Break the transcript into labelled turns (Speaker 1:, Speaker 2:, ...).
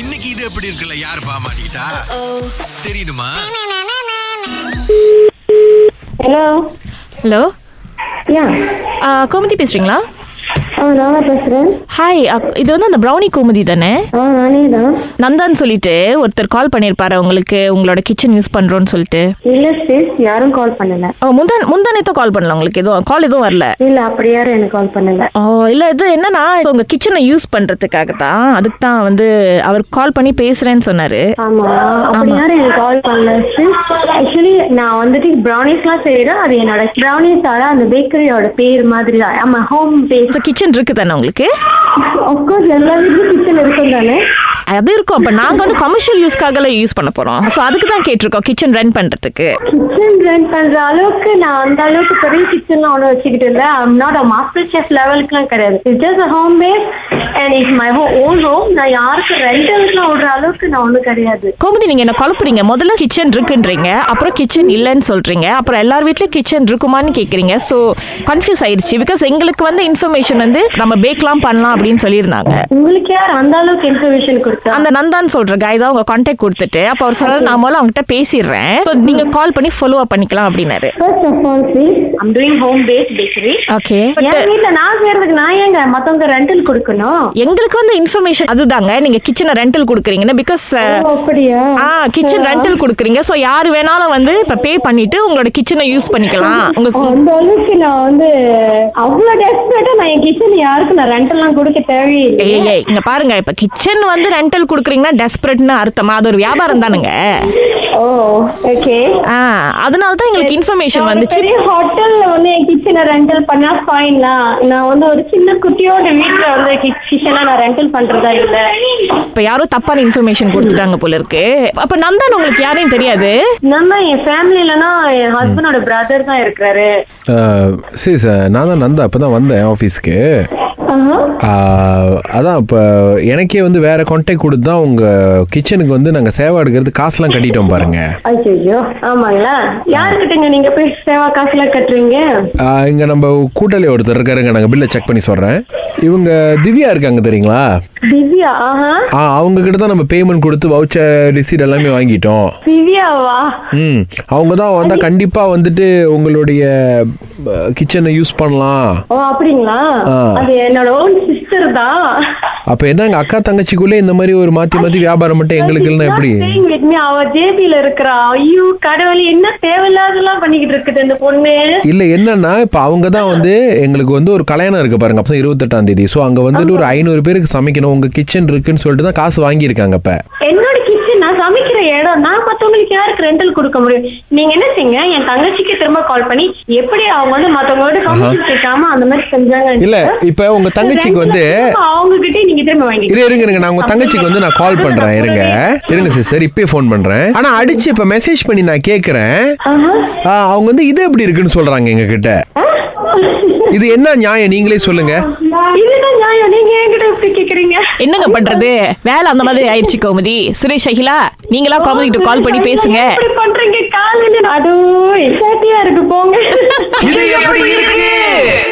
Speaker 1: இன்னைக்கு இது எப்படி இருக்குல்ல யார் பாமாட்டா தெரியுமா
Speaker 2: ஹலோ
Speaker 3: ஹலோ
Speaker 2: யா
Speaker 3: கோமதி பேசுறீங்களா
Speaker 2: ஆ நானா பேசுகிறேன்
Speaker 3: ஹாய் இது வந்து அந்த ப்ரௌனி கோமதி தானே
Speaker 2: ஆ நானே தான்
Speaker 3: நந்தான்னு சொல்லிட்டு ஒருத்தர் கால் பண்ணியிருப்பாரு உங்களுக்கு உங்களோட கிச்சன் யூஸ் பண்றோம்னு சொல்லிட்டு
Speaker 2: இல்லை சிஸ் யாரும் கால் பண்ணல
Speaker 3: ஓ, முந்தா முந்தானேத்தோ கால் பண்ணல உங்களுக்கு எதுவும் கால் எதுவும் வரல
Speaker 2: இல்லை அப்படி யாரும் எனக்கு கால் பண்ணல
Speaker 3: ஓ இல்லை இது என்னன்னா இது உங்க கிச்சனை யூஸ் பண்றதுக்காக தான் அதுக்கு தான் வந்து அவர் கால் பண்ணி பேசுறேன்னு சொன்னாரு
Speaker 2: ஆமா அப்படி யாரும் எனக்கு கால் பண்ணல சிஸ் ஆக்சுவலி நான் வந்துட்டு ப்ரௌனிஸ்லாம் செய்கிறேன் அது என்னோட ப்ரௌனிஸால அந்த பேக்கரியோட பேர் மாதிரி தான் ஆமாம் ஹோம் பேஸ்
Speaker 3: கிச்சன் இருக்கு தானே உங்களுக்கு
Speaker 2: அஃப்கோர்ஸ் எல்லா வீட்லையும் கிச்சன் இருக்கும் தானே
Speaker 3: அது இருக்கும் அப்போ நாங்கள் வந்து கமர்ஷியல் யூஸ்க்காகலாம் யூஸ் பண்ண போகிறோம் ஸோ அதுக்கு தான் கேட்டிருக்கோம் கிச்சன் ரன் பண்ணுறதுக்கு
Speaker 2: கிச்சன் ரன் பண்ற அளவுக்கு நான் அந்த அளவுக்கு பெரிய கிச்சன்லாம் ஒன்றும் வச்சுக்கிட்டு இல்லை I'm not a master chef லெவலுக்குலாம் கிடையாது it's just home based and it's my ஹோ ஓன் ஹோம் நான் யாருக்கு ரெண்டலுக்குலாம் விடுற அளவுக்கு நான் ஒன்றும் கிடையாது
Speaker 3: கோமதி நீங்கள் என்ன குழப்புறீங்க முதல்ல கிச்சன் இருக்குன்றீங்க அப்புறம் கிச்சன் இல்லைன்னு சொல்கிறீங்க அப்புறம் எல்லார் வீட்லேயும் கிச்சன் இருக்குமான்னு கேட்குறீங்க ஸோ கன்ஃபியூஸ் ஆயிடுச்சு பிகாஸ் எங்களுக்கு வந்து இன்ஃபர்மேஷன் வந்து நம்ம பேக்லாம் பண்ணலாம் அப்படின்னு சொல்லியிருந்தாங்க
Speaker 2: உங்களுக்கு யார் அந்த அளவுக்கு இன்ஃபர்மேஷன் கொடுத்தா
Speaker 3: அந்த நந்தான்னு சொல்ற காய் தான் உங்க கான்டாக்ட் கொடுத்துட்டு அப்போ அவர் சொன்னாரு நான் முதல்ல அவங்ககிட்ட பேசிடுறேன் ஸோ நீங்க கால் பண்ணி ஃபாலோ அப் பண்ணிக்கலாம் அப்படின்னாரு
Speaker 2: first of all please I'm doing home base bakery
Speaker 3: okay
Speaker 2: என் வீட்டில் நான் செய்யறதுக்கு நான் ஏங்க மற்றவங்க ரெண்டல் கொடுக்கணும்
Speaker 3: எங்களுக்கு வந்து இன்ஃபர்மேஷன் அதுதாங்க நீங்க கிச்சனை ரெண்டல் கொடுக்குறீங்கன்னா பிகாஸ்
Speaker 2: ஓ, அப்படியா
Speaker 3: ஆ கிச்சன் ரெண்டல் கொடுக்குறீங்க ஸோ யார் வேணாலும் வந்து இப்போ பே பண்ணிட்டு உங்களோட கிச்சனை யூஸ் பண்ணிக்கலாம் உங்களுக்கு
Speaker 2: அந்த அளவுக்கு நான் வந்து அவ்வளோ டெஸ்பரேட்டா நான் என் கிச்சன் யாருக்கும் நான் ரெண்டெல்லாம் கொடுக்க தேவையில்லை
Speaker 3: ஏய் ஏய் இங்க பாருங்க இப்போ கிச்சன் வந்து ரெண்டல் கொடுக்குறீங்கன்னா டெஸ்பரட்னு அர்த்தமா அது ஒரு வியாபாரம் தானுங்க
Speaker 2: ஓ ஓகே
Speaker 3: ஆ அதனால தான் எங்களுக்கு இன்ஃபர்மேஷன் வந்துச்சு
Speaker 2: பெரிய ஹோட்டல்ல வந்து என் கிச்சனை ரெண்டல் பண்ணா ஃபைனா நான் வந்து ஒரு சின்ன குட்டியோட வீட்ல வந்து கிச்சனை நான் ரெண்டல் பண்றதா இல்ல
Speaker 3: இப்போ யாரோ தப்பான இன்ஃபர்மேஷன் கொடுத்துட்டாங்க போல இருக்கு அப்போ நந்தான் உங்களுக்கு யாரையும் தெரியாது
Speaker 2: நம்ம என் ஃபேமிலிலனா என் ஹஸ்பண்டோட பிரதர் தான் இருக்கிறாரு
Speaker 4: சரி சார் நான் தான் நந்தா அப்போ தான் வந்தேன் ஆஃபீஸ்க்கு அதான் இப்போ எனக்கே வந்து வேறு கான்டாக்ட் கொடுத்து தான் உங்கள் கிச்சனுக்கு வந்து நாங்கள் சேவை எடுக்கிறது காசுலாம் கட்டிட்டோம் பாருங்கள்
Speaker 2: ஐயோ ஆமாங்களா யாருக்கிட்டங்க நீங்க போய் சேவா காசுலாம் கட்டுறீங்க
Speaker 4: இங்கே நம்ம கூட்டாளி ஒருத்தர் இருக்காருங்க நாங்கள் பில்லை செக் பண்ணி சொல்கிறேன் இவங்க திவ்யா இருக்காங்க தெரியுங்களா
Speaker 2: திவ்யா ஆஹா
Speaker 4: ஆ அவங்க கிட்ட தான் நம்ம பேமெண்ட் கொடுத்து வவுச்சர் ரிசீட் எல்லாமே வாங்கிட்டோம்
Speaker 2: திவ்யாவா
Speaker 4: ம் அவங்க தான் வந்தால் கண்டிப்பாக வந்துட்டு உங்களுடைய கிச்சனை யூஸ் பண்ணலாம்
Speaker 2: ஓ அப்படிங்களா
Speaker 4: ஆ.
Speaker 2: அது என்னோட ஓன் சிஸ்டர் தான்
Speaker 4: அப்போ என்ன எங்கள் அக்கா தங்கச்சிக்குள்ளே இந்த மாதிரி ஒரு மாற்றி மாற்றி வியாபாரம் மட்டும் எங்களுக்கு இல்லைன்னா எப்படி
Speaker 2: அவ ஜேபில இருக்கிறா ஐயோ கடவுளே என்ன தேவையில்லாதெல்லாம் பண்ணிக்கிட்டு இருக்குது இந்த பொண்ணு
Speaker 4: இல்லை என்னன்னா இப்போ அவங்க தான் வந்து எங்களுக்கு வந்து ஒரு கல்யாணம் இருக்கு பாருங்க அப்போ இருபத்தெட்டாம் தேதி ஸோ அங்கே வந்துட்டு ஒரு ஐநூறு பேருக்கு சமைக்கணும் உங்கள் கிச்சன் இருக்குன்னு சொல்லிட்டு தான் காசு வாங்கியிருக்காங்க இப்போ
Speaker 2: என்னோட கிச்சன் நான் சமைக்கிற இடம் நான் மத்தவங்களுக்கு யாருக்கு ரெண்டல் கொடுக்க முடியும் நீங்க என்ன செய்யுங்க என் தங்கச்சிக்கு திரும்ப கால் பண்ணி எப்படி அவங்க வந்து மத்தவங்களோட கமிஷன் கேட்காம அந்த மாதிரி செஞ்சாங்க
Speaker 4: இல்லை இப்போ உங்கள் தங்கச்சிக்கு வந்து
Speaker 2: அவங்க கிட்டே நீங்க திரும்ப வாங்கி
Speaker 4: இரு இருங்க இருங்க நான் உங்க தங்கச்சிக்கு வந்து நான் கால் பண்றேன் இருங்க இருங்க சிஸ்டர் இப்பயே ஃபோன் பண்றேன் ஆனா அடிச்சு இப்ப மெசேஜ் பண்ணி நான் கேக்குறேன் ஆ, அவங்க வந்து இது எப்படி இருக்குன்னு சொல்றாங்க எங்க கிட்ட இது என்ன நியாயம் நீங்களே சொல்லுங்க
Speaker 2: இதுதான் நியாயம் நீங்க என்கிட்ட இப்படி கேக்குறீங்க
Speaker 3: என்னங்க பண்றது வேலை அந்த மாதிரி ஆயிடுச்சு கோமதி சுரேஷ் அகிலா நீங்களா கோமதி கிட்ட கால் பண்ணி பேசுங்க
Speaker 2: இப்படி பண்றீங்க காலையில அதுவும் இல்லாட்டியா இருக்கு போங்க
Speaker 1: இது எப்படி இருக்கு